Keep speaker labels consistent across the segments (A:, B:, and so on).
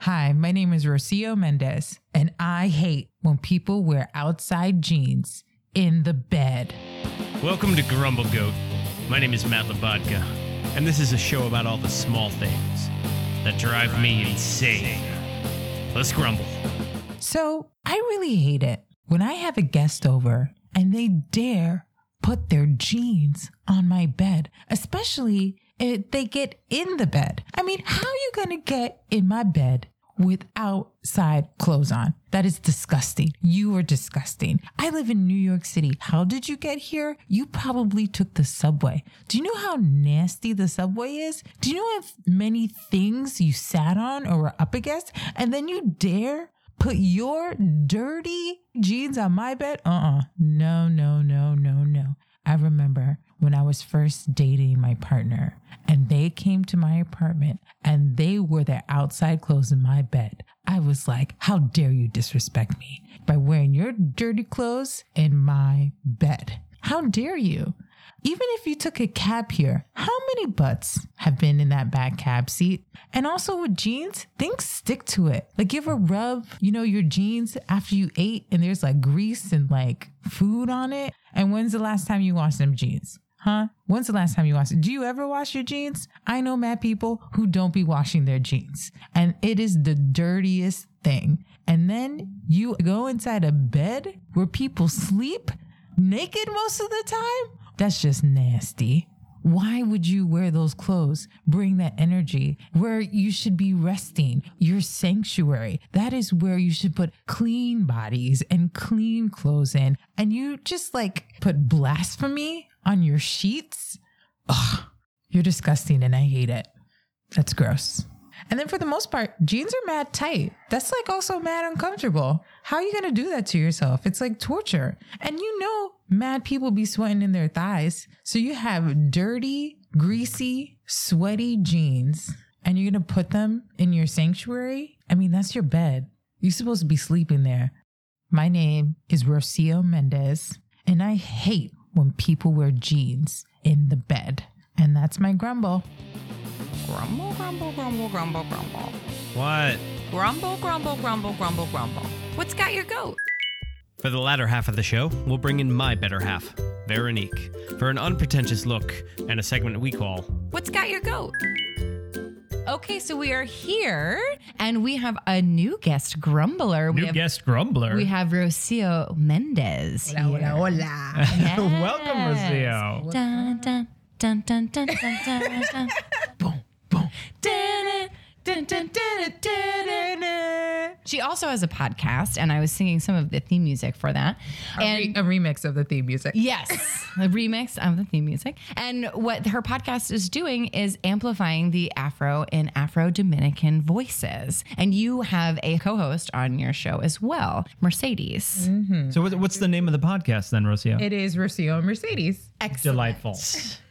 A: Hi, my name is Rocio Mendez, and I hate when people wear outside jeans in the bed.
B: Welcome to Grumble Goat. My name is Matt Labodka, and this is a show about all the small things that drive me insane. Let's grumble.
A: So I really hate it when I have a guest over and they dare put their jeans on my bed, especially if they get in the bed. I mean, how are you going to get in my bed with outside clothes on? That is disgusting. You are disgusting. I live in New York City. How did you get here? You probably took the subway. Do you know how nasty the subway is? Do you know how many things you sat on or were up against? And then you dare put your dirty jeans on my bed? Uh uh No, no, no, no, no. I remember when I was first dating my partner and they came to my apartment and they wore their outside clothes in my bed. I was like, how dare you disrespect me by wearing your dirty clothes in my bed? How dare you? Even if you took a cab here, how many butts have been in that back cab seat? And also with jeans, things stick to it. Like give a rub, you know, your jeans after you ate and there's like grease and like food on it. And when's the last time you washed them jeans? Huh? When's the last time you washed? Do you ever wash your jeans? I know mad people who don't be washing their jeans, and it is the dirtiest thing. And then you go inside a bed where people sleep naked most of the time? That's just nasty. Why would you wear those clothes, bring that energy where you should be resting, your sanctuary? That is where you should put clean bodies and clean clothes in. And you just like put blasphemy on your sheets? Ugh, you're disgusting and I hate it. That's gross. And then for the most part, jeans are mad tight. That's like also mad uncomfortable. How are you gonna do that to yourself? It's like torture. And you know, mad people be sweating in their thighs. So you have dirty, greasy, sweaty jeans, and you're gonna put them in your sanctuary? I mean, that's your bed. You're supposed to be sleeping there. My name is Rocio Mendez, and I hate when people wear jeans in the bed. And that's my grumble.
C: Grumble, grumble, grumble, grumble, grumble.
B: What?
C: Grumble, grumble, grumble, grumble, grumble. What's got your goat?
B: For the latter half of the show, we'll bring in my better half, Veronique, for an unpretentious look and a segment we call
C: What's got your goat? Okay, so we are here and we have a new guest grumbler. we
B: New
C: have
B: Guest Grumbler.
C: we have Rocio Mendez. here. Yes.
B: Welcome, Rocio.
C: Dun, dun, dun, dun, dun, dun, dun, dun.
A: Boom, boom.
C: Dun, dun, dun, dun, dun, dun, dun. She also has a podcast, and I was singing some of the theme music for that. And
A: a remix of the theme music.
C: Yes, a remix of the theme music. And what her podcast is doing is amplifying the Afro and Afro Dominican voices. And you have a co host on your show as well, Mercedes.
D: So what- what's the name of the podcast then, Rocio?
A: It is Rocio and Mercedes.
D: Delightful.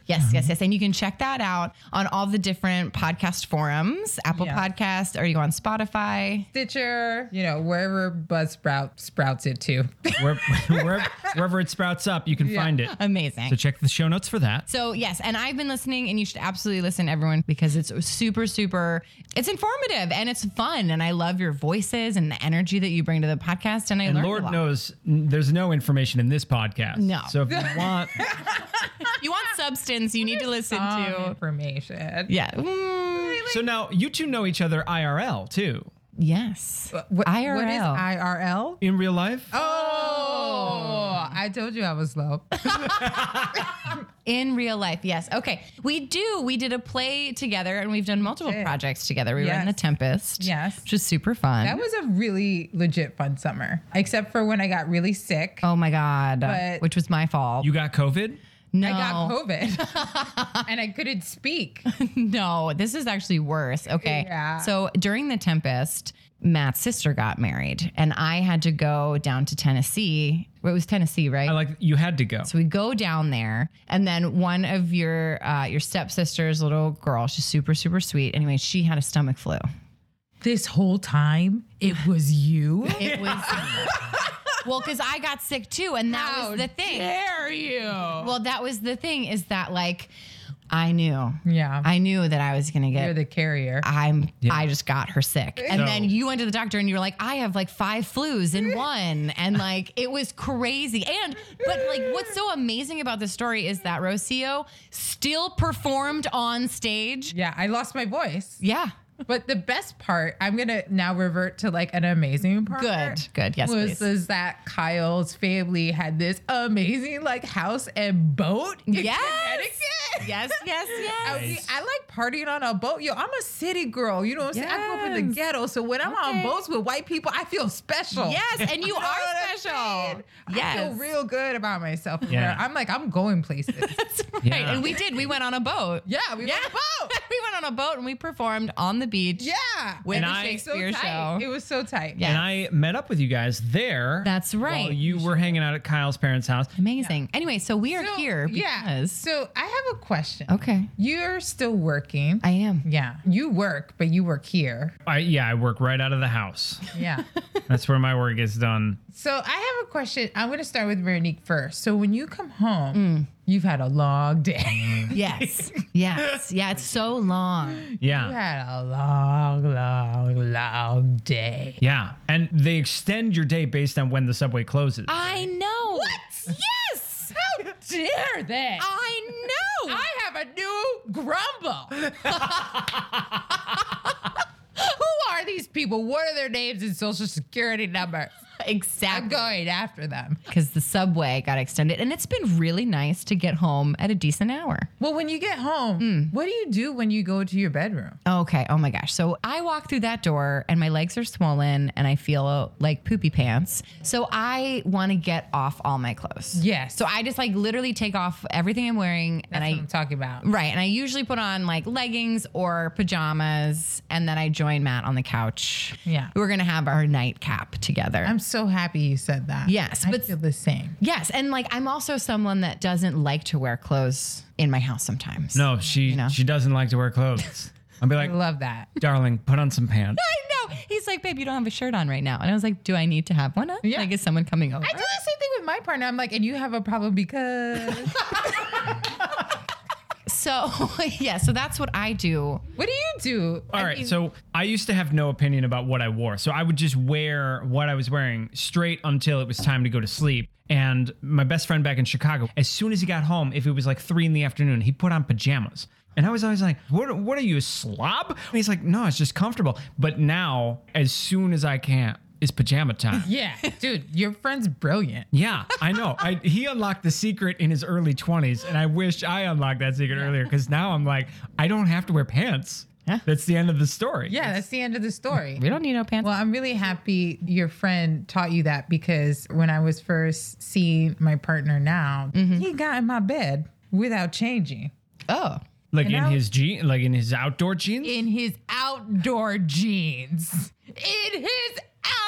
C: Yes, yes, yes. And you can check that out on all the different podcast forums Apple
A: Yeah.
C: Podcasts, or you go on Spotify.
A: Stitcher, you know, wherever Buzzsprout sprouts it to.
D: Where, wherever, wherever it sprouts up, you can find it.
C: Amazing.
D: So check the show notes for that.
C: So yes, and I've been listening, and you should absolutely listen, everyone, because it's super, super. It's informative and it's fun, and I love your voices and the energy that you bring to the podcast. And I
D: And
C: learned
D: Lord
C: a lot.
D: knows n- there's no information in this podcast.
C: No.
D: So if you want,
C: you want substance, you need to listen
A: Some
C: to.
A: information.
C: Yeah. Mm,
D: so now you two know each other IRL too
C: yes.
A: What, what is
C: IRL.
A: IRL?
D: in real life.
A: Oh, I told you I was slow.
C: In real life, yes. Okay, we do. We did a play together, and we've done multiple projects together. We were in
A: Yes.
C: the Tempest.
A: Yes.
C: Which was super fun.
A: That was a really legit fun summer, except for when I got really sick.
C: oh my god.
A: But-
C: which was my fault.
D: You got COVID?
C: no.
A: I got COVID and I couldn't speak.
C: No, this is actually worse. Okay.
A: Yeah.
C: So during the Tempest, Matt's sister got married, and I had to go down to Tennessee. Well, it was Tennessee, right?
D: I like you had to go.
C: so we go down there, and then one of your uh, your stepsister's little girl, she's super super sweet. Anyway, she had a stomach flu.
A: This whole time, it was you.
C: It was well because I got sick too, and that was the thing.
A: Dare you?
C: Well, that was the thing is that like I knew.
A: Yeah.
C: I knew that I was going to
A: You're
C: get
A: the carrier.
C: I'm I just got her sick. And
D: So-
C: then you went to the doctor and you were like, I have like five flus in one. And like it was crazy. And but like what's so amazing about this story is that Rocio still performed on stage.
A: Yeah, I lost my voice.
C: Yeah.
A: But the best part, I'm gonna now revert to like an amazing part.
C: Good. Good. Yes,
A: was
C: please.
A: is that Kyle's family had this amazing like house and boat in
C: Yes.
A: Connecticut.
C: Yes, yes, yes.
A: I, mean, I like partying on a boat. Yo, I'm a city girl. You know what I'm saying? I grew up in the
C: Yes.
A: ghetto. So when I'm on boats with white people, I feel special.
C: Yes, and you
A: You know
C: are
A: what I'm
C: special.
A: saying? I feel real good about myself.
D: Yeah.
A: I'm like, I'm going places.
C: That's right.
D: Yeah.
C: And we did. We went on a boat.
A: yeah, we went on a boat.
C: we went on a boat and we performed on the beach.
A: Yeah.
C: With
A: And
C: the
A: it was
C: Shakespeare
A: so
C: show.
A: tight. It was so tight.
C: Yeah.
D: And I met up with you guys there.
C: That's right.
D: While you were hanging out at Kyle's parents' house.
C: Amazing. Anyway, so we are
A: So,
C: here
A: Yeah.
C: because
A: So I have a question.
C: Okay.
A: You're still working.
C: I am.
A: yeah. You work, but you work here.
D: I yeah, I work right out of the house.
A: Yeah.
D: That's where my work is done.
A: so I have a question. I'm going to start with Veronique first. So when you come
C: Mm.
A: home, you've had a long day.
C: Yes. yes. Yeah, it's so long.
A: you
D: Yeah.
A: had a long, long, long day.
D: Yeah. And they extend your day based on when the subway closes.
C: I know. What? Yes.
A: How dare they?
C: I know.
A: I have a new grumble. Who are these people? What are their names and social security numbers? I'm
C: exactly.
A: going after them.
C: Because the subway got extended and it's been really nice to get home at a decent hour.
A: Well, when you get home,
C: Hmm.
A: what do you do when you go to your bedroom?
C: Okay. Oh my gosh. So I walk through that door and my legs are swollen and I feel uh, like poopy pants. So I want to get off all my clothes.
A: Yes.
C: So I just like literally take off everything I'm wearing
A: That's
C: and I
A: what I'm talking about.
C: Right. And I usually put on like leggings or pajamas and then I join Matt on the couch.
A: Yeah.
C: We're going to have our nightcap together.
A: I'm so happy you said that.
C: Yes,
A: I
C: but-
A: feel the same.
C: yes. And like I'm also someone that doesn't like to wear clothes in my house sometimes.
D: no, she
C: know.
D: she doesn't like to wear clothes. I'll be
A: I
D: like,
A: love that.
D: darling, put on some pants.
C: I know. He's like, babe, you don't have a shirt on right now. And I was like, do I need to have one on?
A: Yeah.
C: Like, is someone coming over?
A: I do the same thing with my partner. I'm like, and you have a problem because.
C: So, yeah. So that's what I do.
A: what do you do?
D: All right, so I used to have no opinion about what I wore. So I would just wear what I was wearing straight until it was time to go to sleep. And my best friend back in Chicago, as soon as he got home, if it was like three in the afternoon, he put on pajamas. And I was always like, what, what are you, a slob? And he's like, no, it's just comfortable. But now, as soon as I can, it's pajama time.
A: Yeah, dude, your friend's brilliant.
D: Yeah, I know. I, he unlocked the secret in his early 20s, and I wish I unlocked that secret earlier because now I'm like, I don't have to wear pants.
C: Yeah.
D: That's the end of the story.
A: Yeah, that's the end of the story.
C: We don't need no pants.
A: Well, I'm really happy your friend taught you that because when I was first seeing my partner now,
C: Mm-hmm.
A: he got in my bed without changing
C: oh.
D: Like
A: And
D: in
A: now-
D: his jean, like in his outdoor jeans.
A: in his outdoor jeans. In his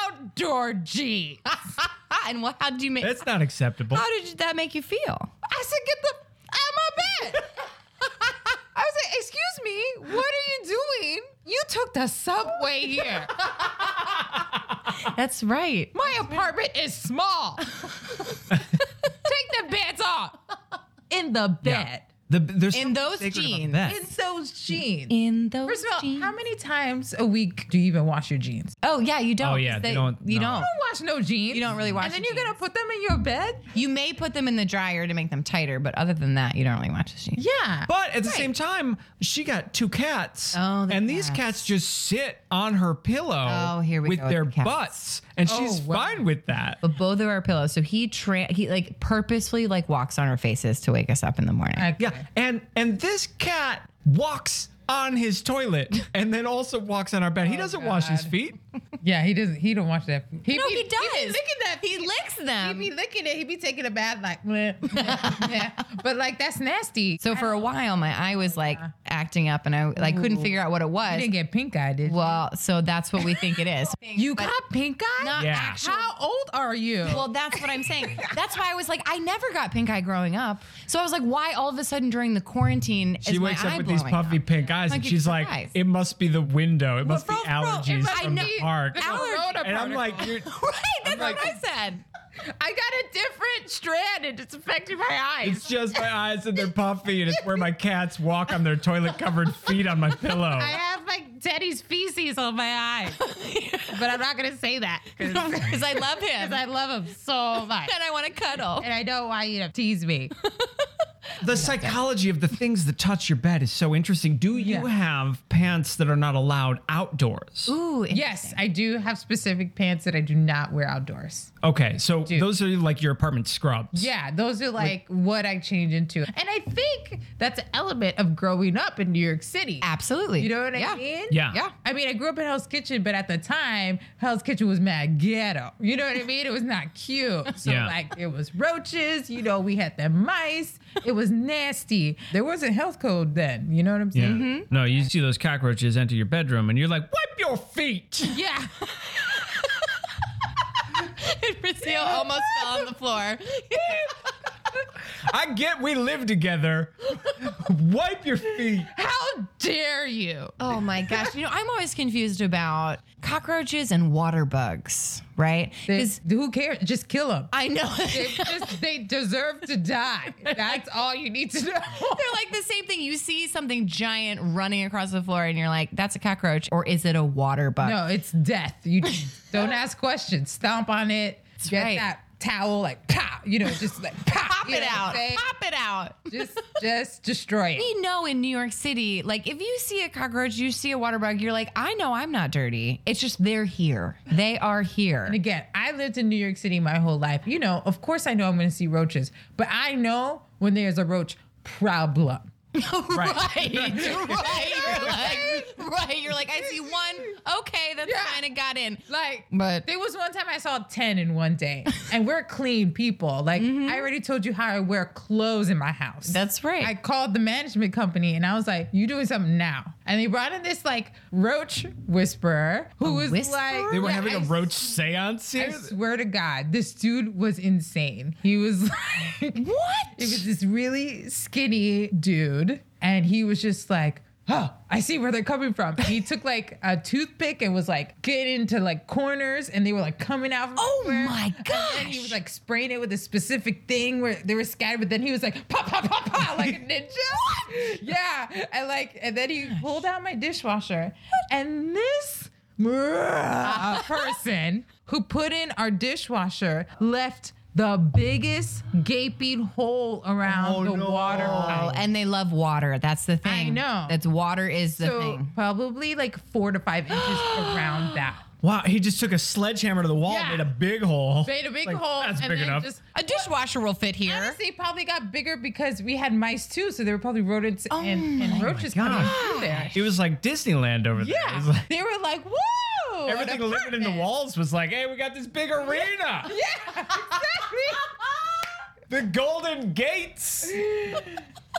A: outdoor jeans.
C: and what, how did you make,
D: That's not acceptable.
C: how did that make you feel?
A: I said, get the f- out of my bed. I was like, excuse me, what are you doing? You took the subway here.
C: That's right.
A: My apartment is small. Take the pants off. In the bed.
D: The, there's something
C: In those
D: sacred about
C: jeans.
D: that.
A: In those jeans.
C: In those
A: First of all,
C: jeans.
A: how many times a week do you even wash your jeans?
C: Oh yeah, you don't.
D: Oh, yeah,
C: 'cause
D: they don't-
C: You
D: no.
C: don't.
A: You don't wash no jeans.
C: You don't really wash
A: And then
C: your
A: you're gonna put them in your bed?
C: You may put them in the dryer to make them tighter, but other than that, you don't really watch the jeans.
A: Yeah.
D: But at the same time, she got two cats,
C: Oh, the
D: and these cats just sit on her pillow
C: Oh, here we
D: with
C: go with
D: their
C: the cats. Oh,
D: butts, and she's
A: wow.
D: fine with that.
C: But both of our pillows. So he tra- he like purposely like walks on our faces to wake us up in the morning.
A: Okay.
D: Yeah, and and this cat walks on his toilet, and then also walks on our
C: Oh,
D: bed. He doesn't wash his
A: God.
D: feet.
A: Yeah, he doesn't he don't wash that. He
C: no, he does.
A: He be licking that
C: He licks
A: he
C: them.
A: be licking it. He be taking a bath like, bleh, bleh, bleh. but like that's nasty.
C: so for a while, my eye was like acting up, and I like couldn't figure out what it
A: you
C: was.
A: didn't get pink eye, did you?
C: Well, so that's what we think it is.
A: You
C: But
A: got pink eye?
C: not
D: Yeah.
C: actual.
A: How old are you?
C: Well, that's what I'm saying. That's why I was like, I never got pink eye growing up. So I was like, why all of a sudden during the quarantine is
D: She
C: my
D: wakes
C: eye
D: up with these
C: blowing up?
D: puffy pink eyes, and
C: Like,
D: she's
C: it's
D: like,
C: eyes.
D: "It must be the window. It must be
A: bro, bro, it
D: allergies
A: must
D: from the
A: be-
D: park."
A: It's a
C: Allergy.
A: corona
D: And I'm
A: particle.
D: like, "You're."
C: Right, that's
D: like-
C: what I said.
A: I got a different strand and it's affecting my eyes.
D: It's just my eyes and they're puffy, and it's where my cats walk on their toilet covered feet on my pillow.
A: I have like Teddy's feces on my eye, but I'm not gonna say that because
C: Because I love him.
A: I love him so much,
C: and I want to cuddle.
A: and I don't want you to tease me.
D: The psychology of the things that touch your bed is so interesting. Do you have pants that are not allowed outdoors?
A: Ooh,
C: Yes,
A: I do have specific pants that I do not wear outdoors.
D: Okay, so those are like your apartment scrubs.
A: Yeah, those are like what I change into, and I think that's an element of growing up in New York City.
C: Absolutely.
A: You know what I
C: yeah.
A: mean?
D: Yeah.
C: Yeah.
A: I mean, I grew up in Hell's Kitchen, but at the time, Hell's Kitchen was mad ghetto. You know what I mean? It was not cute. So,
D: Yeah.
A: like, it was roaches. You know, we had the mice. It was nasty. There wasn't health code then. You know what I'm
D: Yeah.
A: saying?
D: No, you see those cockroaches enter your bedroom and you're like, wipe your feet.
A: Yeah.
C: Priscilla almost fell on the floor.
D: I get we live together. wipe your feet.
A: How dare you?
C: Oh my gosh. You know, I'm always confused about cockroaches and water bugs, right?
A: They-
C: Because
A: who cares? Just kill them.
C: I know.
A: They, just, they deserve to die. That's all you need to know.
C: They're like the same thing. You see something giant running across the floor and you're like, that's a cockroach or is it a water bug?
A: No, it's death. You don't ask questions. Stomp on it. get
C: right.
A: that towel, like pop. You know, just like pop,
C: Pop
A: you
C: it
A: know what I'm
C: out.
A: saying?
C: Pop it out.
A: Just, just destroy it.
C: We know in New York City, like if you see a cockroach, you see a water bug, you're like, I know I'm not dirty. It's just they're here. They are here.
A: And again, I lived in New York City my whole life. You know, of course, I know I'm going to see roaches, but I know when there's a roach problem.
C: Right. right. You're like, right. You're like, I see one. Okay, that's
A: Yeah.
C: fine. It got in.
A: Like,
C: But-
A: there was one time I saw 10 in one day, and we're clean people. Like, I already told you how I wear clothes in my house.
C: Mm-hmm. That's right.
A: I called the management company and I was like, you doing something now. And they brought in this like roach whisperer who was
C: whisperer?
A: like,
D: They were
A: Yeah,
D: having a
A: I
D: roach seance
A: I
D: here.
A: swear to God, this dude was insane. He was like,
C: What?
A: It was this really skinny dude, and he was just like, Oh, I see where they're coming from. He took like a toothpick and was like getting into like corners, and they were like coming out. From
C: Oh
A: everywhere.
C: my
A: And then he was
C: gosh.
A: like spraying it with a specific thing where they were scattered, but then he was like pop pop pop pop like a ninja. Yeah, and like, and then he pulled out my dishwasher, and this a person who put in our dishwasher left the biggest gaping hole around the water
C: Oh,
A: pipe.
C: and they love water. That's the thing.
A: know.
C: That's water is the
A: So
C: thing.
A: probably like four to five inches around that.
D: Wow, he just took a sledgehammer to the wall,
A: Yeah.
D: made a big hole.
A: Made a big
D: Like,
A: hole
D: That's
A: and
D: big
A: then
D: enough.
A: just
C: A dishwasher will fit here.
A: honestly probably got bigger because we had mice too, so there were probably rodents and, and roaches coming
D: Oh gosh.
A: through there.
D: it was like Disneyland over there. It was
A: Yeah,
D: like-
A: they were like, "Whoa!" an
D: everything living in the
A: apartment."
D: walls was like, hey, we got this big arena. The Golden Gates.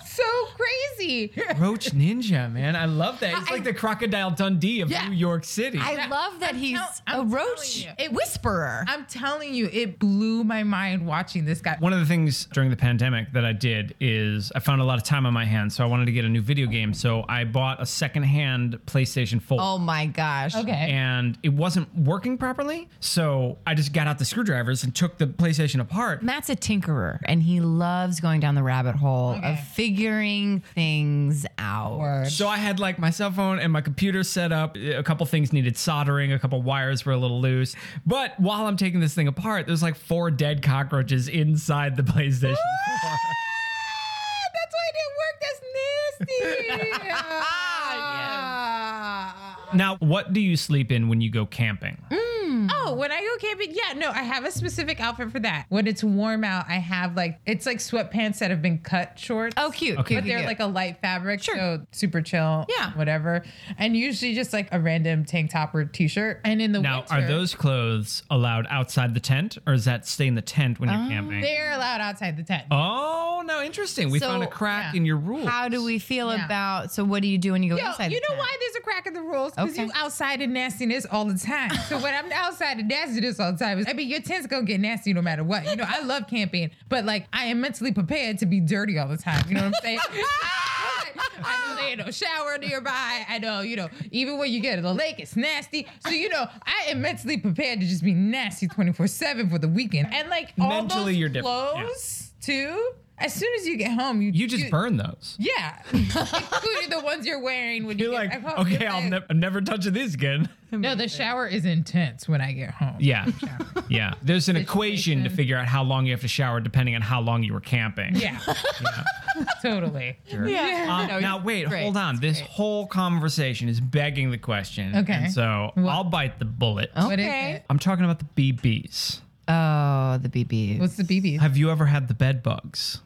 A: so crazy.
D: Roach Ninja, man. I love that. He's like the Crocodile Dundee of
A: Yeah.
D: New York City.
C: I love that he's
A: tell-
C: a
A: I'm telling
C: roach
A: you.
C: whisperer.
A: I'm telling you, it blew my mind watching this guy.
D: One of the things during the pandemic that I did is I found a lot of time on my hands, so I wanted to get a new video game. So I bought a secondhand PlayStation 4.
C: oh my gosh.
A: Okay.
D: And it wasn't working properly. So I just got out the screwdrivers and took the PlayStation apart.
C: Matt's a tinkerer and he loves going down the rabbit hole of figuring things out.
D: So I had like my cell phone and my computer set up. A couple things needed soldering. A couple wires were a little loose. But while I'm taking this thing apart, there's like four dead cockroaches inside the PlayStation 4.
A: Ah, That's why it didn't work. That's nasty. Ah.
D: Now, what do you sleep in when you go camping?
A: Oh, when I go camping, yeah, no, I have a specific outfit for that. When it's warm out, I have like it's like sweatpants that have been cut short.
C: Oh, cute.
D: Okay.
C: cute,
A: But
C: cute,
A: they're
C: cute.
A: like a light fabric,
C: Sure.
A: so super chill.
C: Yeah.
A: whatever. And usually just like a random tank top or t-shirt. And in the
D: Now,
A: winter,
D: are those clothes allowed outside the tent, or is that stay in the tent when you're camping?
A: they're allowed outside the tent?
D: Oh, no, interesting. We
C: So,
D: found a crack
A: yeah.
D: in your rule.
C: How do we feel
A: Yeah.
C: about? So, what do you do when you go
A: Yo,
C: inside?
A: you
C: the
A: know
C: tent?
A: why there's a crack in the rules? Because
C: Okay.
A: you outside in nastiness all the time. So when I'm outside in nastiness all the time, I mean your tent's gonna get nasty no matter what. You know, I love camping, but like I am mentally prepared to be dirty all the time. You know what I'm saying? I know there ain't no shower nearby. I know, you know, even when you get to the lake, it's nasty. So, you know, I am mentally prepared to just be nasty 24 7 for the weekend. And like, all
D: Mentally,
A: those
D: you're different. Yeah.
A: clothes, too. As soon as you get home, you
D: You just burn those.
A: Yeah, including the ones you're wearing when you
D: You're
A: get
D: like,
A: back home.
D: okay,
A: You're
D: I'll
A: like,
D: ne- I'm never touching these again.
A: No, the shower is intense when I get home.
D: Yeah. Yeah. There's an equation to figure out how long you have to shower depending on how long you were camping.
A: Yeah. totally.
D: Um, now, wait,
C: great.
D: hold on. This whole conversation is begging the question.
A: Okay. Oh.
D: And so I'll bite the bullet.
A: What is it?
D: I'm talking about the BBs.
C: Oh, the BBs.
A: What's the BB?
D: Have you ever had the bed bugs?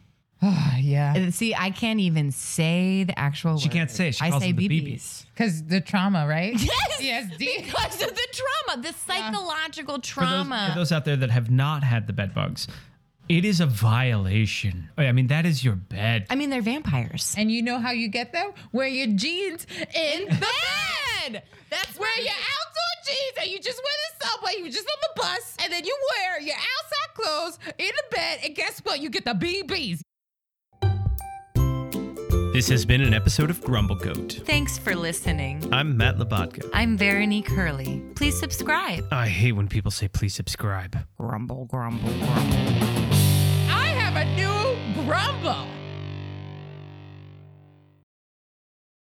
A: yeah.
C: Uh, See, I can't even say the actual.
D: She can't say it. She
C: I
D: calls
C: say
D: them the
C: BBs.
D: BBs.
A: Because the trauma, right?
C: Yes.
A: PTSD.
C: Because of the trauma, the psychological
D: For those,
C: trauma.
D: for those out there that have not had the bed bugs, it is a violation. Oh, I mean, that is your bed.
C: I mean, they're vampires.
A: And you know how you get them? Wear your jeans in the bed. That's wear your outdoor jeans and you just wear the subway, you just on the bus, and then you wear your outside clothes in the bed, and guess what? You get the BBs.
E: This has been an episode of Grumble Goat.
F: Thanks for listening.
E: I'm Matt Labatka.
F: I'm Veronique Curley. Please subscribe.
E: I hate when people say please subscribe.
C: Grumble, grumble, grumble.